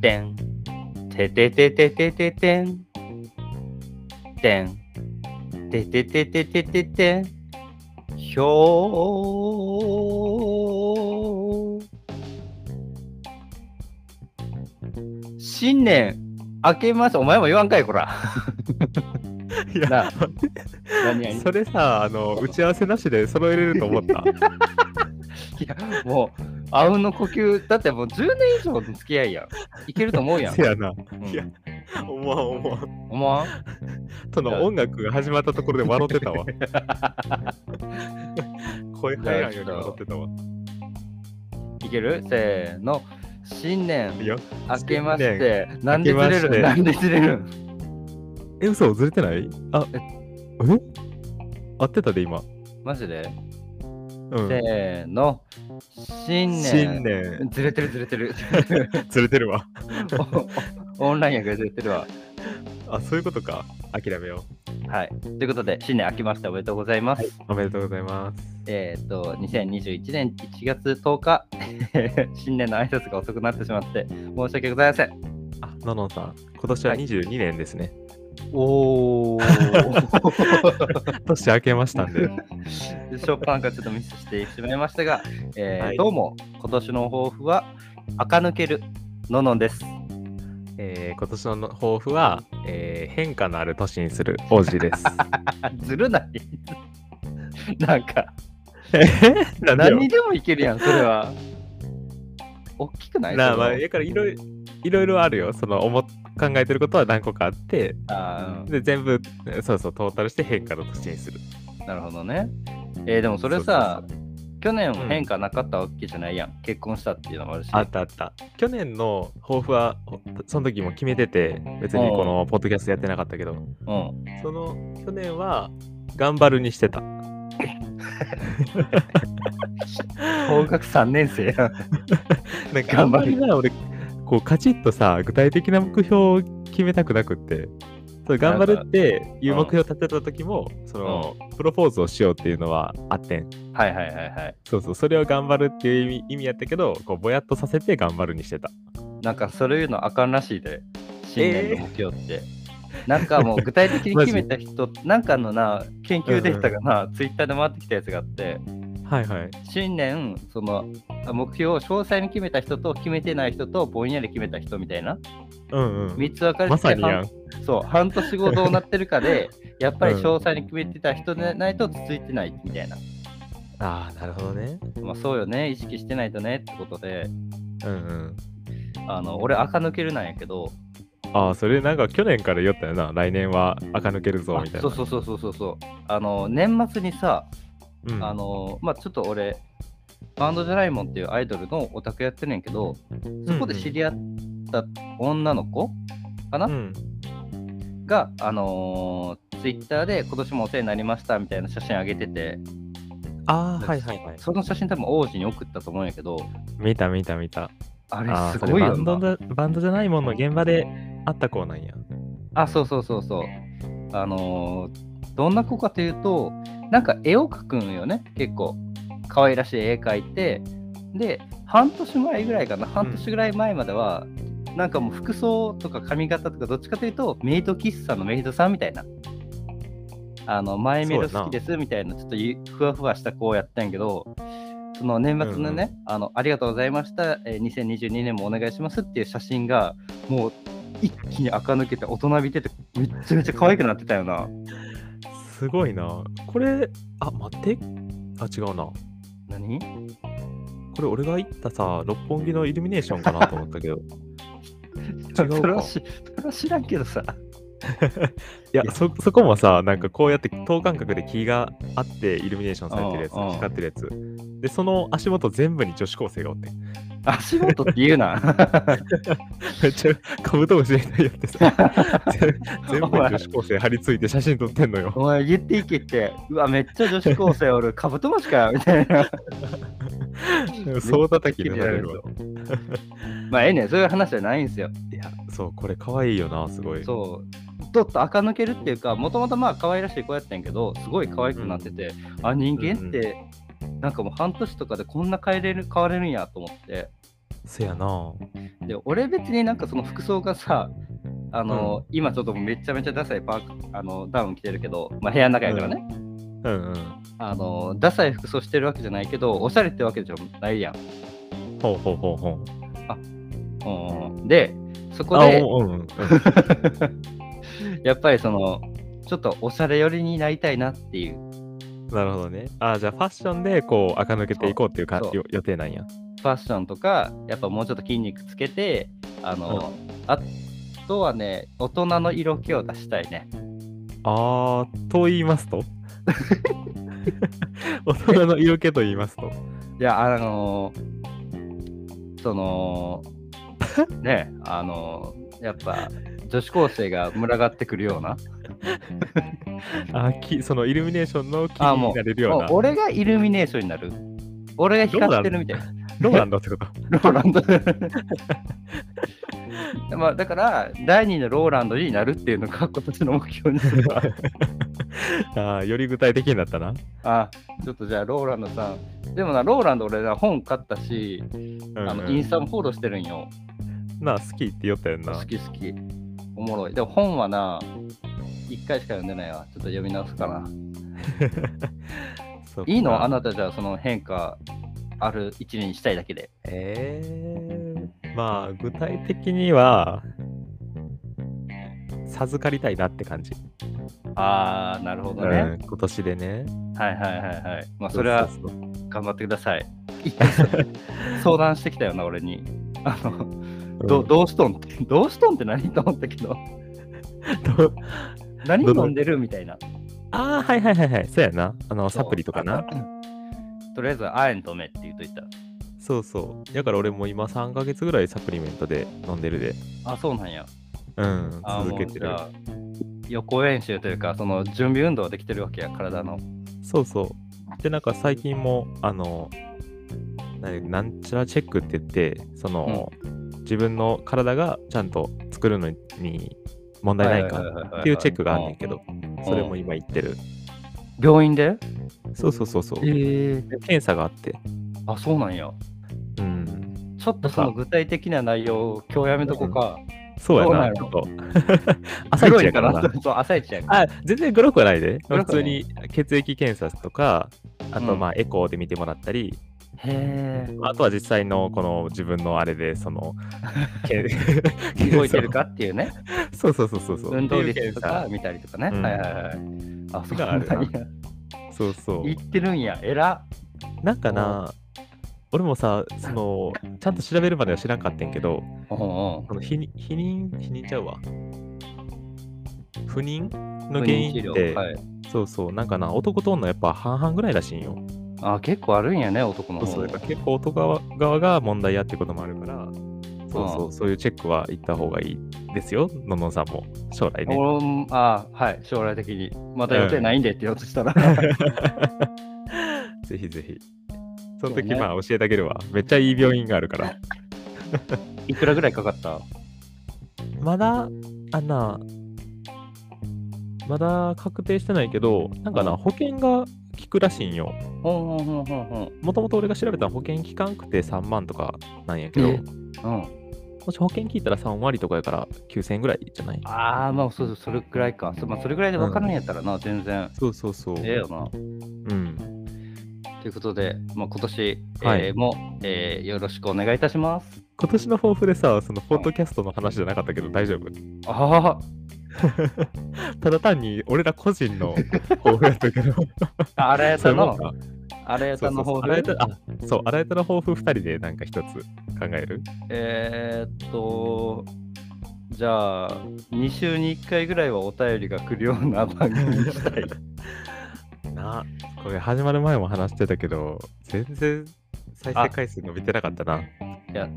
てん。てててててててん。てん。てててててててん。ひょー。新年明けまして、お前も言わんかい、こら。いやな何々それさあの打ち合わせなしで揃えれると思 ったいや、もう、あうんの呼吸、だってもう10年以上の付き合いやん。いけると思うやんせ。やなうんいや思わん思わん思わんその音楽が始まったところで笑ってたわ 声入らんように笑ってたわいけるせーの。新年いや明けまし新て、なんでずれ明けましてるなんでずれるえ嘘ずれてないあえ合ってたで今マジで、うんせーの。新新年。年ずれてるずれてる。 ずれてるわおおオンラインやからずれてるわ。あそういうことか諦めよはい。ということで、新年明けましておめでとうございます。うおめでとうございますえっ、と、2021年1月10日、 新年の挨拶が遅くなってしまって、申し訳ございません。あののんさん今年は22年ですね、おお。 年明けましたんでショッパンがちょっとミスしてしまいましたが、えーはいどうも今年の抱負は垢抜けるののんです。 えー今年の抱負は、えー変化のある年にす る王子ですあずるない。 なんかなんでよ何にでもいけるやんそれは。大きくない？なあそまのあだからいろいろいろいろあるよその思っ考えてることは何個かあってあで全部そうそうトータルして変化の年にするーなるほどね。えーでもそれさ去年も変化なかったわけじゃないやん、結婚したっていうのもあるし。あったあった去年の抱負はほその時も決めてて別にこのポッドキャストやってなかったけどうん。その去年は頑張る にしてた高学3年生やん。なんかあ頑ん張まるりな俺こうカチッとさ具体的な目標を決めたくなくってそう頑張るっていう目標を立てた時もそのプロポーズをしようっていうのはあってんはいはいはいはい。そうそうそれを頑張るっていう意味意味やったけどこうぼやっとさせて頑張るにしてたなんかそれ言うのあかんらしいで、新年の目標って。なんかもう具体的に マ決ジめた人、なんかのな、研究データがな、ツイッターで回ってきたやつがあって、はいはい新年、そのあ目標を詳細に決めた人と決めてない人とぼんやり決めた人みたいな、うんうん3つ分かれてて、まさにやん半そう半年後どうなってるか で、やっぱり詳細に決めてた人でないと続いてないみたいな。ああなるほどねまあそうよね、意識してないとねってことで、うんうんあの俺、垢抜けるなんやけど、ああそれなんか去年から言ったよな来年は垢抜けるぞみたいなあそうそうそうそうそうそう。あの年末にさ、うんあのまあちょっと俺バンドジャライモンっていうアイドルのオタクやってるんやけどそこで知り合った女の子かな、うんがあのー、ツイッターで今年もお世話になりましたみたいな写真あげててああはいはいはいその写真多分王子に送ったと思うんやけど見た見た見たああれあすそごいれよバンドなだバンドじゃないもんの現場で会った子なんやあそうそうそうそうあのー、どんな子かというとなんか絵を描くんよね結構可愛らしい絵描いてで半年前ぐらいかな半年ぐらい前までは、なんかもう服装とか髪型とかどっちかというとメイド喫茶のメイドさんみたいなあの前メイド好きですみたいなちょっとゆふわふわした子をやったんやけどその年末のね、あのありがとうございました、えー2022年もお願いしますっていう写真がもう一気に垢抜けて大人びててめっちゃめちゃ可愛くなってたよなすごいなこれあ待ってあ違うな何これ俺が行ったさ六本木のイルミネーションかなと思ったけどいそ違うかれはしそれは知らんけどさ やそそこもさなんかこうやって等間隔で木があってイルミネーションされてるやつうんうん光ってるやつでその足元全部に女子高生がおって ん足元って言うな めっちゃカブトムシみたいにやってさ全全部に女子高生張り付いて写真撮ってんのよお前言っていけってうわめっちゃ女子高生おるカブトムシかよみたいな総叩きでされるわまあええねんそういう話じゃないんですよいやそうこれ可愛いよなすごいそうちょっと垢抜けるっていうかもともとまあ可愛らしい子やったんやけどすごい可愛くなってて、あ人間ってなんかもう半年とかでこんな変えれる変われるんやと思ってせやな。で俺別になんかその服装がさあの、今ちょっとめちゃめちゃダサいパークあのダウン着てるけど、まあ、部屋の中やからね、うんうん。あのダサい服装してるわけじゃないけどおしゃれってわけじゃないやん、ほうほうほうほう。うん、でそこあ、でうんうん。やっぱりそのちょっとおしゃれ寄りになりたいなっていうなるほどね。あ、じゃあファッションでこう、垢抜けていこうっていうかそうよ予定なんや。ファッションとかやっぱもうちょっと筋肉つけてあの、あとはね大人の色気を出したいねあー、と言います と大人の色気と言いますと。いやあのその ねあのやっぱ女子高生が群がってくるようなあきそのイルミネーションの気あにもなれるようもなう。俺がイルミネーションになる俺が光ってるみたいなローランドってことローランド まあだから第二のローランドになるっていうのが今年の目標にす るわあーより具体的になったな。あちょっとじゃあローランドさんでもなローランド俺な本買ったし、うんうんあのインスタもフォローしてるんよなあ、好きって言ったよな。好き好きおもろいでも本はな一回しか読んでないわちょっと読み直すかなそっかいいのあなたじゃあその変化ある一年にしたいだけでえー、まあ具体的には授かりたいなって感じ、ああなるほどうねん、、今年でねはいはいはいはいまあそれはうそうそう頑張ってください。 相談してきたよな、俺に。あの、どうんどうしとんって、どうしとんって何と思ったけど、ど何どの飲んでるみたいな。ああはいはいはいはいそうやなあのそうサプリとかな。とりあえず、あえんとめって言うといた。そうそうだから俺も今3ヶ月ぐらいサプリメントで飲んでるであ、そうなんや。うんあ続けてるもうじゃあ予行演習というか、その準備運動はできてるわけや、体の。そうそうでなんか最近もあのなんなんちゃらチェックって言ってその、自分の体がちゃんと作るのに問題ないかっていうチェックがあんねんる。けど、それも今言ってる。病院でそうそうそうそう。ええ。検査があって。あ、そうなんや。うん。ちょっとその具体的な内容を今日やめとこうか。そうやな、ちそょうっと。 朝一やから黒いなか。なそう、朝一や から。あ、全然グロくはないで。グロ普くはな通いに血液検査とか、あとうんまあエコーで見てもらったり、へえ。あとは実際のこの自分のあれで、そ の、け動いてるかっていうね。 そうそうそうそうそう。運動ってい率うと検か査。見たりとかね。うんはいはいはい。あ、そうがなあんるなや。そうそう。言ってるんや。えら。なんかな、俺もさ、その、ちゃんと調べるまでは知らんかったんけうど、んうん。この否認、否認、否認ちゃうわ。不妊の不原妊治因っ療。て、はい。そうそう、なんかな、男と女やっぱ半々ぐらいらしいんよ。あ、結構あるんやね、男のそうそ方う、だから結構男側側が問題やってこともあるから、そうそう、そういうチェックは行った方がいいですよ、のんのんさんも、将来ね。俺もあはい、将来的に。また予定ないんでって言おうとしたら。ぜひぜひ。その時、そうねまあ教えてあげるわ。めっちゃいい病院があるから。いくらぐらいかかったまだ、あんな、まだ確定してないけど、なんかな、うん保険が効くらしいんよ。ほんほんほんほんもともと俺が調べた保険効かんくて3万とかなんやけえど、ほん。うん。もし保険聞いたら3割とかやから9000円ぐらいじゃないああ、まあそうそう、それくらいか。そ,、まあ、それくらいで分からんやったらな、全然。そうそうそう。ええよな。うん。ということで、まあ、今年、はえーいも、えーよろしくお願いいたします。今年の抱負でさ、そのポッドキャストの話じゃなかったけど大丈夫あただ単に俺ら個人の抱負やったけど、あ、あらやそたういうものん、か。あらやそたうそのうそ方う。あらやたあ、そう、あらやたの抱負2人でなんか一つ考えるえーっと、じゃあ、2週に1回ぐらいはお便りが来るような番組にした い。な、これ始まる前も話してたけど、全然再生回数伸びてなかったな。いや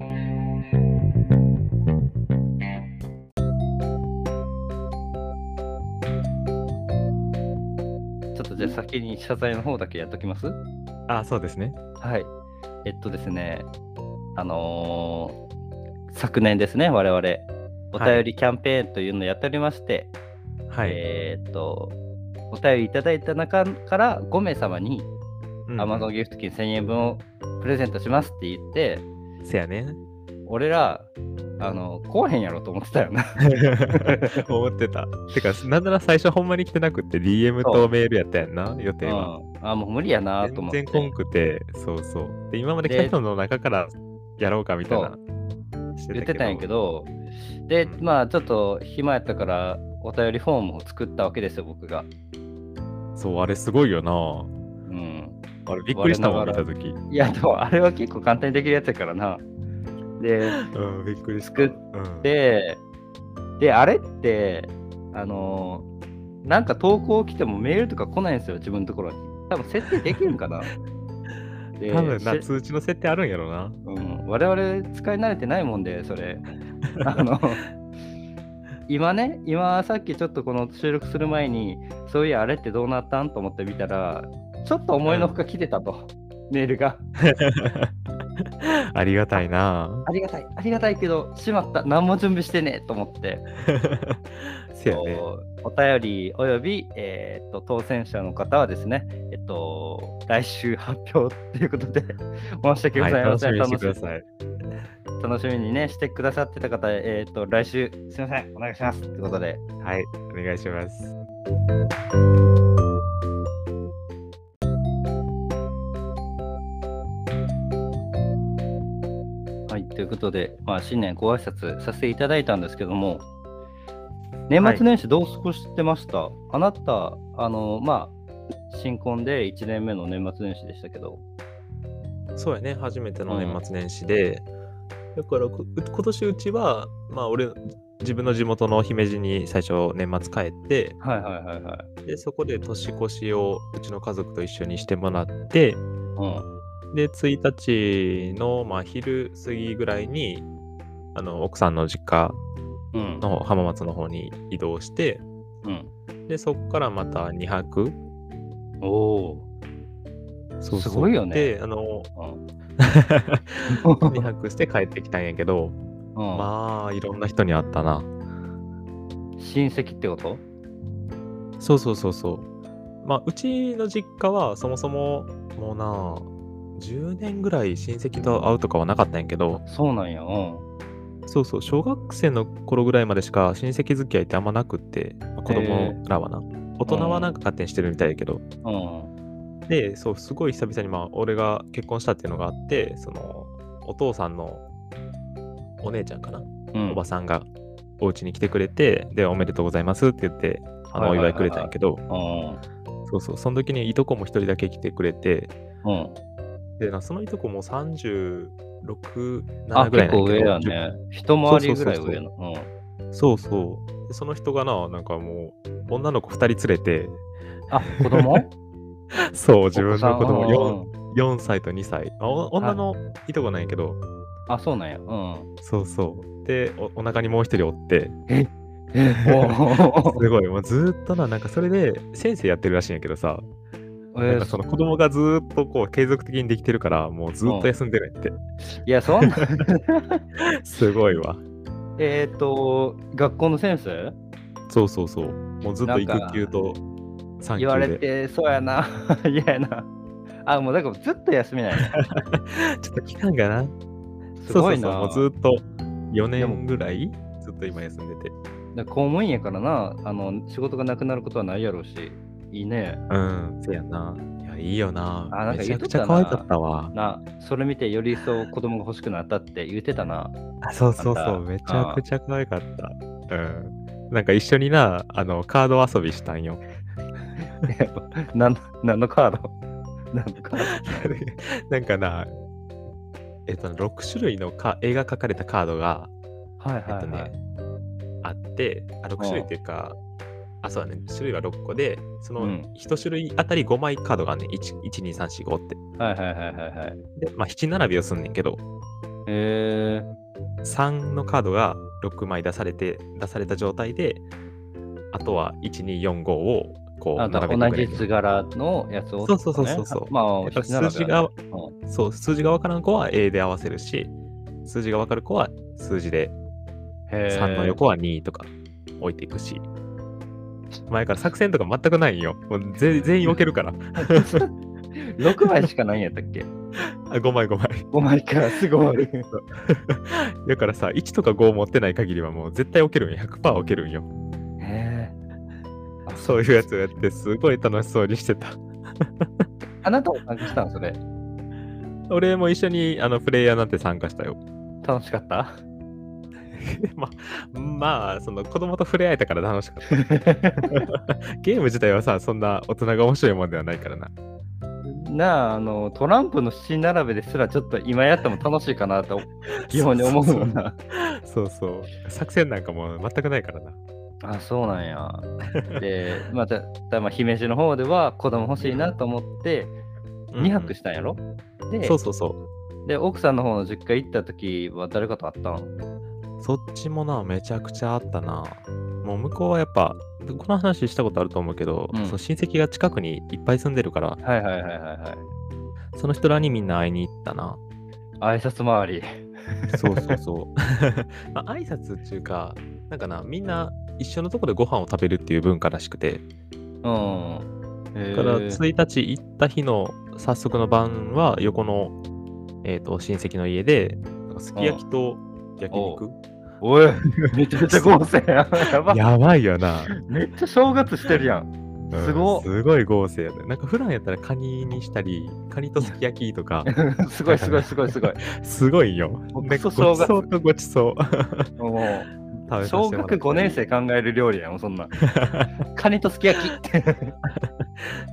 ちょっとじゃあ先に謝罪の方だけやっときますあ、そうですね。はい。えっとですね、あのー昨年ですね、我々、おはい便りキャンペーンというのをやっておりまして、はい。えーっと、お便りいただいた中から5名様に、うん、 Amazon ギフト券1000円分をプレゼントしますって言って、せやね。俺ら、あの、来おへんやろと思ってたよな。 思ってた。てか、なんなら最初ほんまに来てなくって、DM そとメールやったやんな、予定 は。うん、あ、もう無理やなと思全って然。こんくて、そうそう。で、今まで来た人の中からやろうかみたいな。し言ってたんやけ。ど、で、うんまあちょっと暇やったから、お便りフォームを作ったわけですよ、僕が。そう、あれすごいよな。うん。あれびっくりしたもん、我見ながらたとき。いや、でもあれは結構簡単にできるやつやからな。 で、うん、びっくりした。作っうん、で、で、あれって、あのーなんか投稿来てもメールとか来ないんですよ、自分のところに。多分設定できるん かな。で多分な、し通知の設定あるんや ろな。うん、我々使い慣れてないもんで、そ れ。あの今ね、今さっきちょっとこの収録する前に、そういやあれってどうなったんと思って見たら、ちょっと思いのほか来てたと、メールが。ありがた いな。ありがたい、ありがたいけど、しまった、何も準備してねえと思って。せやね。お便りおよび、えーっと当選者の方はですね、えっと、来週発表ということで、 申し訳ごはい、ざいま楽せしみん。にしてください。楽しみにね、してくださってた方、えーっと、来週、すみません、お願いします。ということで、はい、お願いします。はい、ということで、まあ、新年ご挨拶させていただいたんですけども、年末年始どう過ごしてました、あなた、あの、まあ、新婚で1年目の年末年始でしたけど、そうやね、初めての年末年始で、だからこう今年うちは、まあ俺、自分の地元の姫路に最初年末帰って、はいはいはいはい。で、そこで年越しをうちの家族と一緒にしてもらって、うん、で、1日の、まあ、昼過ぎぐらいに、あの、奥さんの実家うん、の浜松の方に移動して、うん。で、そこからまた2泊。おお。そうすそうごいよねで、あ の、うん2泊して帰ってきたんやけど、うん まあ、いろんな人に会ったな。親戚ってことそうそうそうそう。まあ、うちの実家はそもそももうな、10年ぐらい親戚と会うとかはなかったんやけど、そうなんや。うん。そうそう、小学生の頃ぐらいまでしか親戚付き合いってあんまなくって、まあ子供らはな。大人はなんか勝手にしてるみたいだけど。うん。で、そう、すごい久々に、まあ、俺が結婚したっていうのがあって、その、お父さんのお姉ちゃんかな、うん、おばさんがお家に来てくれて、で、おめでとうございますって言って、あの、はおいはいはいは祝いいくれたんやけど、うん。そうそう、その時にいとこも一人だけ来てくれて、うん。でなそのいとこも36、7あ、ぐら結いなん構や上けどやね。一回りぐらいそうそう上そうの。うん10そうそう。でその人がな、なんかもう、女の子2人 連れて、あ、子供そう、 自分の子供 4, 供4歳と2歳。あお女のいとこなんやけど、あ、そうなんや。 うん。そうそう。でお、お腹にもう一人 おって、おすごい、もうずーっとな、なんかそれで先生やってるらしいんやけどさ、ーなえんかその子供がずーっとこう継続的にできてるから、もうずーっと休んでるんやって。いや、そんな。すごいわ。えっと、学校の先生そうそうそう。もうずっと育休と産言われ休で。て、そうやな。 嫌やな。あ、もうだからずっと休み ない。ちょっと期間がな。すごいな。そうそうそうもうずっと4年ぐらいずっと今休んでだて。から公務員やからな、あの、仕事がなくなることはないやろうし、いいね。うん、せやな。いや、いいよな。あなんかめち言ゃっとっくちゃたな可愛かったわ。な、それ見てより一層子供が欲しくなったって言ってた な。あそうそうあんそう。ためちゃくちゃ可愛かった。うん。なんか一緒にな、あの、カード遊びしたんよ。 何のカード 何のカーなんかな、えっと、6種類のか絵が描かれたカードが、ドはいえっはとい、ね、はい。あってあ6種類っていうか、あそうだね種類は6個でそうのん1種類あたり5枚カードがあんね12345ってはいはいはいはいはい。で、まあ、7並びをすんねんけどえー、 3のカードが6枚出されて出された状態であとは1245をこうあだ並かべてらく同れじる図柄のやつを、そうそうそうそうそうまあ、やっぱひなら数字べがはねうんそう数字が分からん子は A で合わせるし数字が分かる子は数字でへー3の横は2とか置いていくし、前から作戦とか全くないんよもうぜ全員置けるから6枚しかないんやったっけあ5枚5枚 ?5 枚からすぐ終わ る。だからさ1とか5持ってない限りはもう絶対置けるんよ100%置けるんよへえそういうやつをやってすごい楽しそうにしてたあなたも参加したんそれ。俺も一緒にあのプレイヤーなんて参加したよ 楽しかったままあその子供と触れ合えたから楽しかった ゲーム自体はさそんな大人が面白いもんではないからななあ、あの、トランプの七並べですらちょっと今やっても楽しいかな と、基本に思うもんな。そうそう作戦なんかも全くないからなあ、そうなん や。で、また、たまあ姫路の方では子供欲しいなと思って、2泊したんやろ、でそうそうそうで、奥さんの方の実家行った時は誰かと会ったのそっちもなめちゃくちゃあったなもう向こうはやっぱこの話したことあると思うけど、うんその親戚が近くにいっぱい住んでるからはいはいはいはいはい。その人らにみんな会いに行ったな挨拶回り。そうそうそう まあ挨拶っていうかなんかなみんな一緒のとこでご飯を食べるっていう文化らしくてうん。へえだから1日行った日の早速の晩は横の、えー、と親戚の家でなんかすき焼きと焼肉おい、めちゃめちゃ豪勢やん。やばやばいよなめっちゃ正月してるやん。うんすごっすごい豪勢やね。なんか普段やったらカニにしたり、カニとすき焼きとか、すごいすごいすごいす ごい。すごいよ。もうねクごちソそ正月うとごちそう。もう食べさせても小らっ学た5年生考える料理やん、そん なん。カニとすき焼き。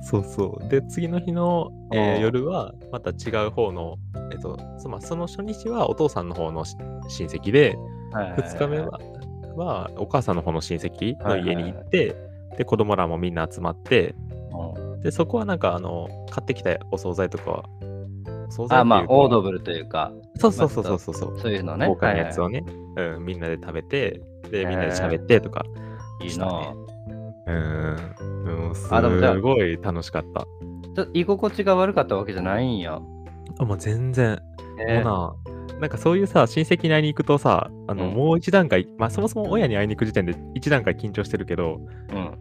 そうそう。で、次の日の、えあーー夜は、また違う方の、えっと、そまあその初日はお父さんの方のし親戚で、2日目は、はお母さんの方の親戚の家に行って、で、子供らもみんな集まって、うん。で、そこはなんか、あの、買ってきたお惣菜とかは、お惣菜あ、まあっ、ていうかオードブルというか、そうそうそうそうそうそう。そういうのね。豪華なやつはをね、うん、みんなで食べて、で、ーみんなで喋ってとか、いはいいいなぁうん、うん、すあでもじゃあごい楽しかった。ちょっと居心地が悪かったわけじゃないんや。あ、もう全然、えーもうな、なんかそういうさ、親戚に会いに行くとさ、あの、うんもう一段階、まあそもそも親に会いに行く時点で一段階緊張してるけど、うん、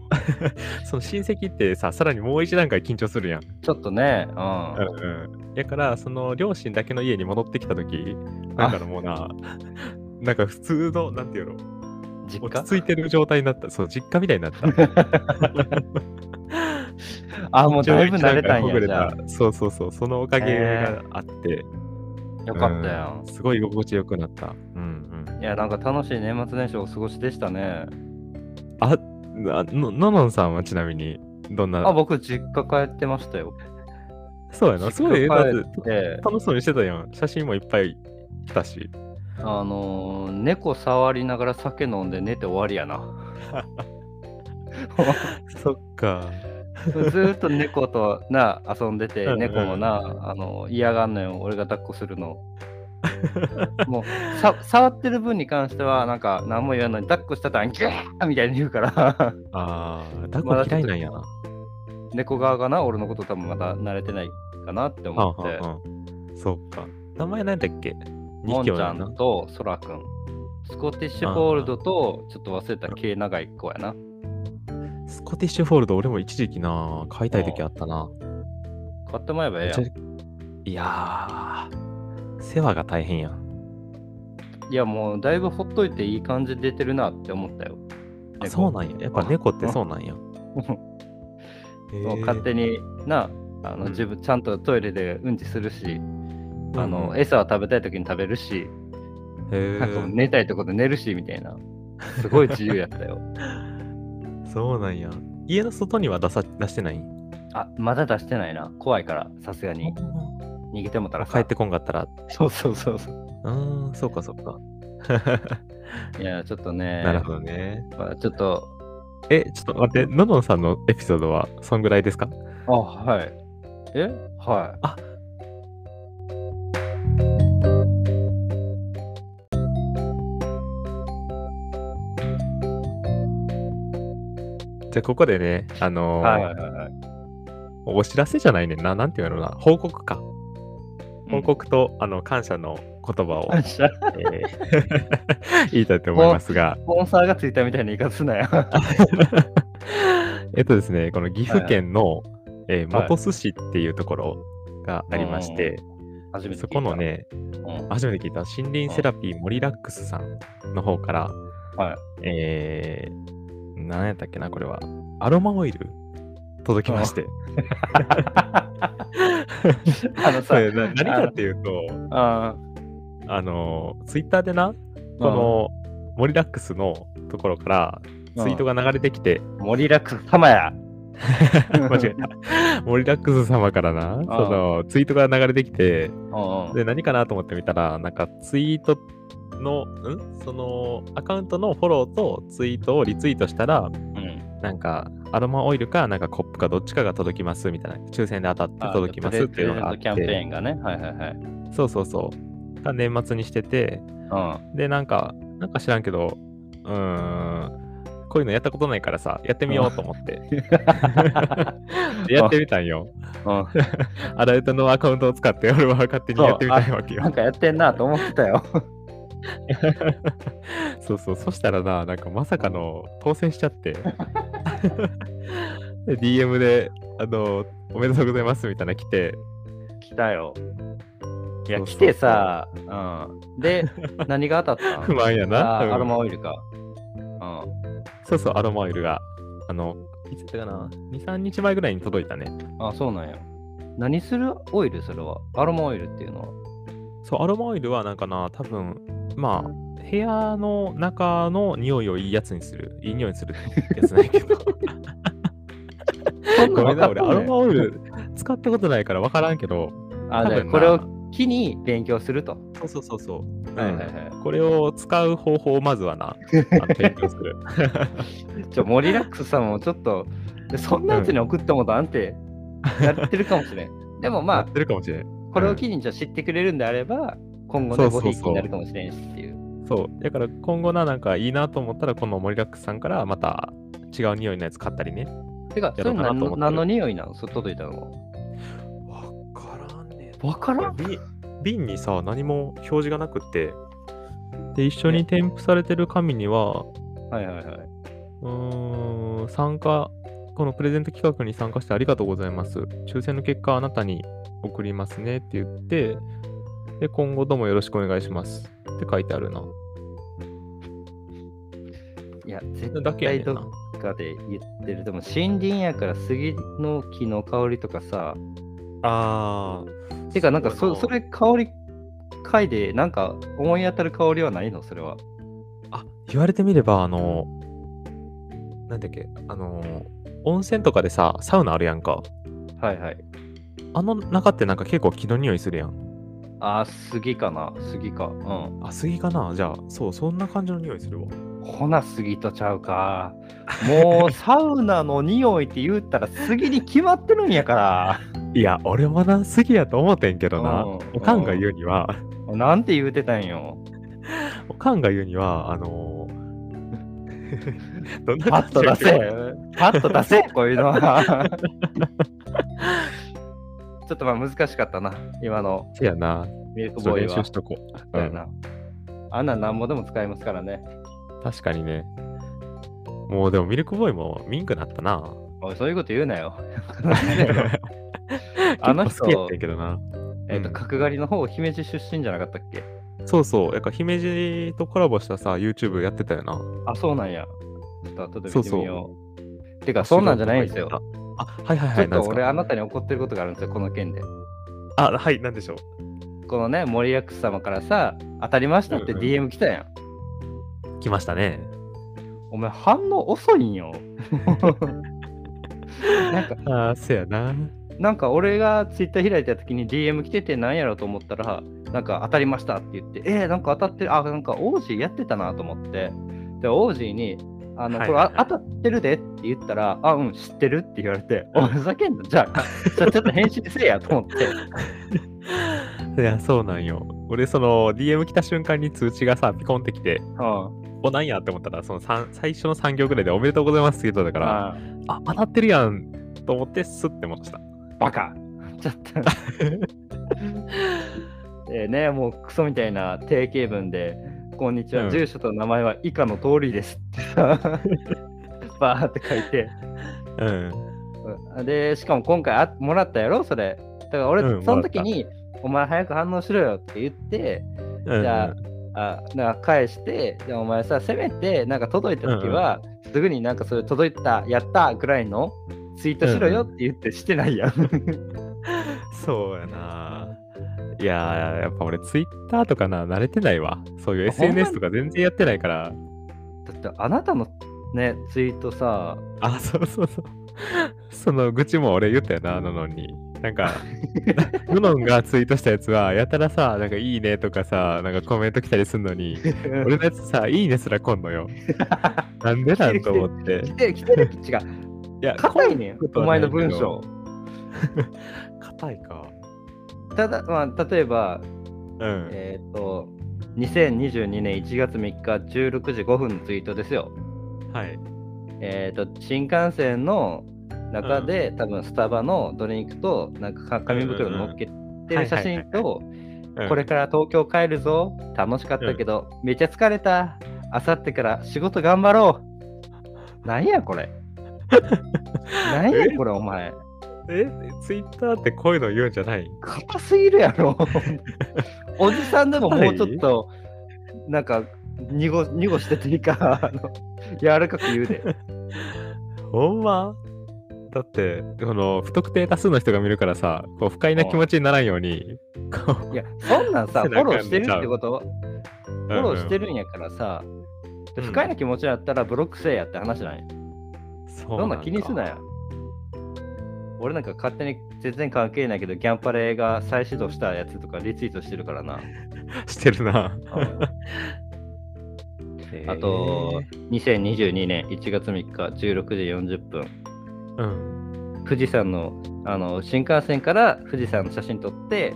その親戚ってさ、さらにもう一段階緊張するやん。ちょっとね、うん。うん。だから、その両親だけの家に戻ってきた時、なんだろうもうな、 なんか普通の、なんていうの、実落家ち着いてる状態になった、そう、実家みたいに なった。あ、もうだいぶ慣れたんや。じゃあそうそうそう、そのおかげがあって。よかったやんう。すごい居心地よくなった。うんういん。や、なんか楽しい年末年始をお過ごしでしたね。あ、なのののんさんはちなみに、どんあ、な。僕、実家帰ってましたよ。そうやな、すごい、実だっ家帰てって、楽しそうにしてたやん。写真もいっぱい来たし。あのー猫触りながら酒飲んで寝て終わりやな。そっか。 ずーっと猫とな遊んでてうんう、ん猫もな、あの嫌がんのよ、俺が抱っこする の。もうさ触ってる分に関しては、なんか何も言わない、抱っこしたたら、ギューみたいに言うから、 ああ、だっこ嫌いなんやな。猫側がな、俺のこと多分まだ慣れてないかなっては思んってはん、はん。そっか。名前なんだっけモ ?2 ン匹ちおるゃやな。んとソラくん、スコティッシュフォールドと、ちょっと忘れた毛長い子やな。スコティッシュフォールド、俺も一時期な、買いたい時あったな。買ってもらえばええやん。いやー、世話が大変やん。いやもうだいぶほっといていい感じ出てるなって思ったよ。あ猫そうなんや。やっぱ猫ってそうな んや。もう勝手になあの、うん自分ちゃんとトイレでうんちするし、にあの餌は食べたい時に食べるし、なんかもう寝たいとこで寝るしみたいな。すごい自由やった よ。そうなんや。家の外には出さ出してないあまだ出してないな。怖いからさすがに逃げてもたら帰さってこんかったら。そうそうそうそう。うーん、そうかそうか。いやちょっとね。なるほどね。まあちょっとえ、ちょっと待って、ののんさんのエピソードはそんぐらいですかあはい。えはい。じゃあここでね、あのーはいはいはいはい。お知らせじゃないねんな。なんていうのな。報告か。報告と、あの感謝の言葉を、うん。スえー 言いたいと思いますが、ポンサーが ついたみたいにいかすなよ。えっとですね、この岐阜県の、えー、元寿司っていうところがありまして、初めて聞いたそこの、ね、うん 初めて聞いた森林セラピーモリラックスさんの方から、はいえー、何やったっけな、これは。アロマオイル届き まして。あのそされな何かっていうと、ああの、ツイッターでな、ーこのモリラックスのところからツイートが流れて きて、うん森楽様や間違えた。モリラックス様からな、そのツイートが流れてきて、うんうんで、何かなと思ってみたら、なんかツイートの、んそのアカウントのフォローとツイートをリツイートしたうら、んなんかアロマオイルか、なんかコップかどっちかが届きますみたいな、抽選で当たってあ 届きますっていうのがあプっレゼントキャンペて、ーンがねはいはいはいそうそうそう。が年末にしてて、うんで、なんか、なんか知らんけど、うーん、こういうのやったことないからさ、やってみようと思 って。でやってみたんよ。うんアラウトのアカウントを使って、俺は勝手にやってみたいわけ よなん。かやってんなと思ってた よ。そうそう、そしたらな、なんかまさかの当選しちゃって。で DM で、あの、おめでとうございますみたいなの来て、来たよ。いや、そうそ来うてさ、うん。で、何が当たったの不満や な。あうーんアロマオイルか。うん。そうそう、アロマオイルが。あの、いつやったかな ?2、3日前ぐらいに届いたね。あ、そうなんや。何するオイルそれは。アロマオイルっていうのは。そう、アロマオイルはなんかな、多分まあ、部屋の中の匂いをいいやつにする。いい匂いにするやつないけ ど。そん ごなめん分かな、っ俺、たアロマねオイル使ったことないから分からんけど。あ、じゃ多あ分なこれを機に勉強すると。そうそうそうそう。はいはいうんはこれを使う方法をまず はな、あの勉強する。い。じゃあ、モリラックスさんもちょっと、そんなやつに送ってもなんて、やってるかもし れん。でもまあ、まやあっ、てるかもしれん。これを機にじゃあ知ってくれるんであれば、今後のそごうそうそうひいきになるかもしれんしっていう。そう。だから今後な、なんかいいなと思ったら、このモリラックスさんからまた違う匂いのやつ買ったりね。てか、それやろうかな何と思ってのる何の匂いなのそれ届いたのは。分からんねわからん瓶瓶にさ、何も表示がなくって。で、一緒に添付されてる紙には、はいはいはい。うーん、参加、このプレゼント企画に参加してありがとうございます。抽選の結果、あなたに送りますねって言って、で、今後ともよろしくお願いしますって書いてあるな。いや、絶だけやね対んなどっかで言ってる。でも森林やから杉の木の香りとかさ。ああ。てか、なんかそそうそやなれ香り嗅いで、なんか思い当たる香りはないのそれは。あ、言われてみれば、あの、なんだっけ、あの、温泉とかでさ、サウナあるやんか。はいはい。あの中ってなんか結構気の匂いするやん。あー、杉かな杉か。うん。あ、杉かなじゃあ、そう、そんな感じの匂いするわ。ほな杉とちゃうか。もうサウナの匂いって言ったら杉に決まってるんやから。いや、俺もな、杉やと思ってんけどな。うんおかんが言うには、なんて言うてたんよ。おかんが言うには、あ のーどんなパッと感じや出っけせパッと出せこういうのはちょっとまあ難しかったな今のせやな。ミルクちょっとボーイ練は習しとこう。そうやなあんなんなんぼでも使えますからね確かにね。もうでもミルクボーイもミンクなったな。 おいそういうこと言うな よああのの人人好きやったんやけどな。えっと角刈りの方姫路出身じゃなかったっけそうそう。やっぱ姫路とコラボしたさ、YouTube やってたよな。あそうなんやちょっと後で見てみようてかあそんなんじゃないんですよ。あ、はいはちいょはい。っとなんです俺かあなたに怒ってることがあるんですよこの件であ、はい、なんでしょう。このね森役様からさ当たりましたってうんうん DM 来たやん来ましたね。お前反応遅いんよ なんかあー、せやな。なんか俺がツイッター開いた時に DM 来ててなんやろと思ったらなんか当たりましたって言ってえー、なんか当たってるあなんかオージーやってたなと思ってでオージーにあの、はいこれあ当たってるでって言ったらあうん知ってるって言われてお前ふざけんなじゃあじゃあちょっと返信せえやと思 っていや、そうなんよ。俺、その DM 来た瞬間に通知がさ、ピコンってきて、うんお、なんやって思ったら、その三最初の3行ぐらいでおめでとうございますって言うとだから、ああ、当たってるやんと思って、スッて戻した。バカちょっ とえーねもうクソみたいな定型文で「こんにちは、うん住所と名前は 以下の通りです」ってさバーって書いてうん。うんで、しかも今回あもらったやろ、それ。だから俺、うんその時に、お前早く反応しろよって言って、うんじゃあ、なんか返して、じゃあお前さ、せめて、なんか届いた時は、すぐになんかそれ届いた、やったぐらいのツイートしろよって言ってしてないやん。 そうやな。いやー、やっぱ俺、ツイッターとかな、慣れてないわ。そういうあほんまに SNS とか全然やってないから。だってあなたのね、ツイートさ、あ、そうそうそう。その愚痴も俺言ったよな、ののんに。なんか、ののんがツイートしたやつは、やたらさ、なんかいいねとかさ、なんかコメント来たりするのに、 俺のやつさ、いいねすら来んのよ。なんでなんと思って。来てる来てる違う。いや、硬いねんこんなこ、とおは前ないのけど文章。硬いか。ただ、まあ、例えば、うん。えっ、と、2022年1月3日16時5分のツイートですよ。はい。えっ、と、新幹線の中で、多分スタバのドリンクと、なんかか紙袋乗っけてる写真と、うんこれ、から東京帰るぞ、楽しかったけど、めっちゃ疲れた、あさってから仕事頑張ろう。なんや これ。なんやこれ、お前。え、ツイッターってこういうの言うんじゃない硬すぎるやろおじさんでももうちょっと、なんか濁濁してていいかあの柔らかく言うでほんまだって、この不特定多数の人が見るからさ、こう不快な気持ちにならんように、こう、いやそんなんさフ背ォ中ロにーしてるってことフフォローしてるんやからさ、でうん不快な気持ちだったらブロックせえやって話なんや、どんなん気にすなよ。や俺なんか勝手に全然関係ないけどギャンパレが再始動したやつとかリツイートしてるから なしてるな。 あと、2022年1月3日16時40分うん。富士山のあの新幹線から富士山の写真撮って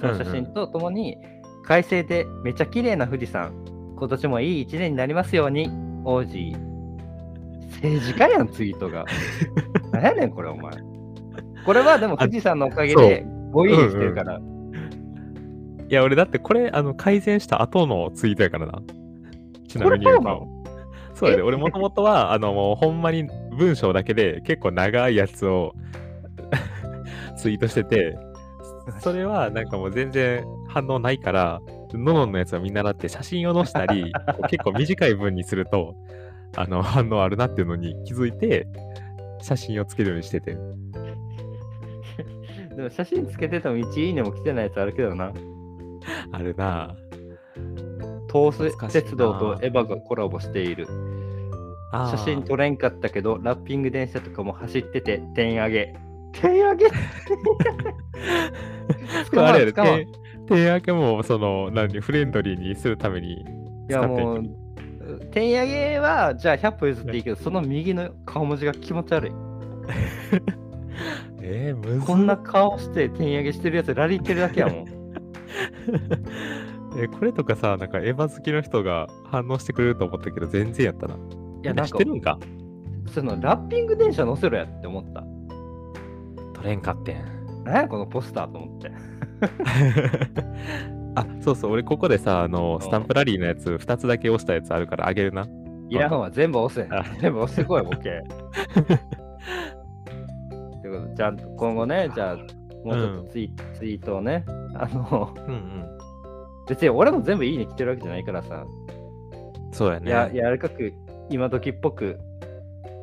その写真とともに、快晴でめちゃ綺麗な富士山今年もいい一年になりますように王子政治家やんツイート が何やねんこれお前これはでも富士山のおかげで5位にしてるから、いや、俺だってこれ、あの、改善した後のツイートやからな。ちなみに言うこれと。そうやえで、俺もともと は、あの、もうほんまに文章だけで結構長いやつ をツイートしてて、それはなんかもう全然反応ないから、ののんのやつは見習って写真を載せた り、こう結構短い文にすると、あの、反応あるなっていうのに気づいて、写真をつけるようにしてて。でも写真つけてても1いいねも来てないやつあるけどなあるな東武懐かしいな鉄道とエヴァがコラボしているあ写真と撮れんかったけどラッピング電車とかも走ってて点上げ 点上げ捕まあれんやで、捕まんい手手明けも、その、何、フレンドリーにするためにや使っていもくう点上げはじゃあ100歩譲っていいけどその右の顔文字が気持ち悪いえー、むずっこんな顔して点上げしてるやつラリってるだけや もんえこれとかさ、なんかエヴァ好きの人が反応してくれると思ったけど、全然やったな。いいやなん知っかてるんかそのラッピング電車乗せろやって思った取れんかってん。何やこのポスターと思って あ、そうそう、俺ここでさ、あの、スタンプラリーのやつ、2つだけ押したやつあるからあげるな。いらんわ全部押せあ全部押してこいボ ケということでちゃんと今後ねじゃあもうちょっとツイ,、ツイートをねあの うんうん。別に俺も全部いいね来てるわけじゃないからさ、そうやね。や柔らかく今時っぽく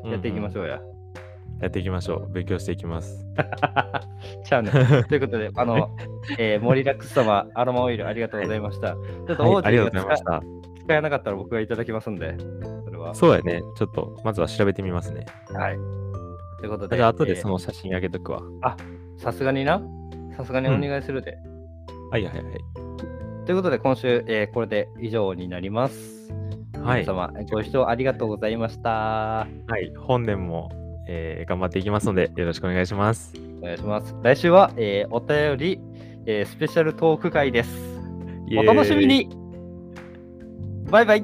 やっていきましょょうや。うん。やっていきましょう。勉強していきます。ちゃうね。 ということで、あの、えー、モリラックス様、アロマオイルありがとうございました。ちょっとは王い、ありが子とうござが使,、いました。使えなかったら僕がいただきますんで、それは。そうやね。ちょっと、まずは調べてみますね。はい。ということで、じゃあ、後でそえの写真あげとくわ。ーさすがにな、さすがにお願いするで。はいはいはい。ということで、今週、えーこれで以上になります。はい。皆様、ご視聴ありがとうございました。はい、本年も、えー頑張っていきますので、よろしくお願いします。お願いします。来週は、えーお便り、えースペシャルトーク会です。イエーおイ楽しみにバイバイ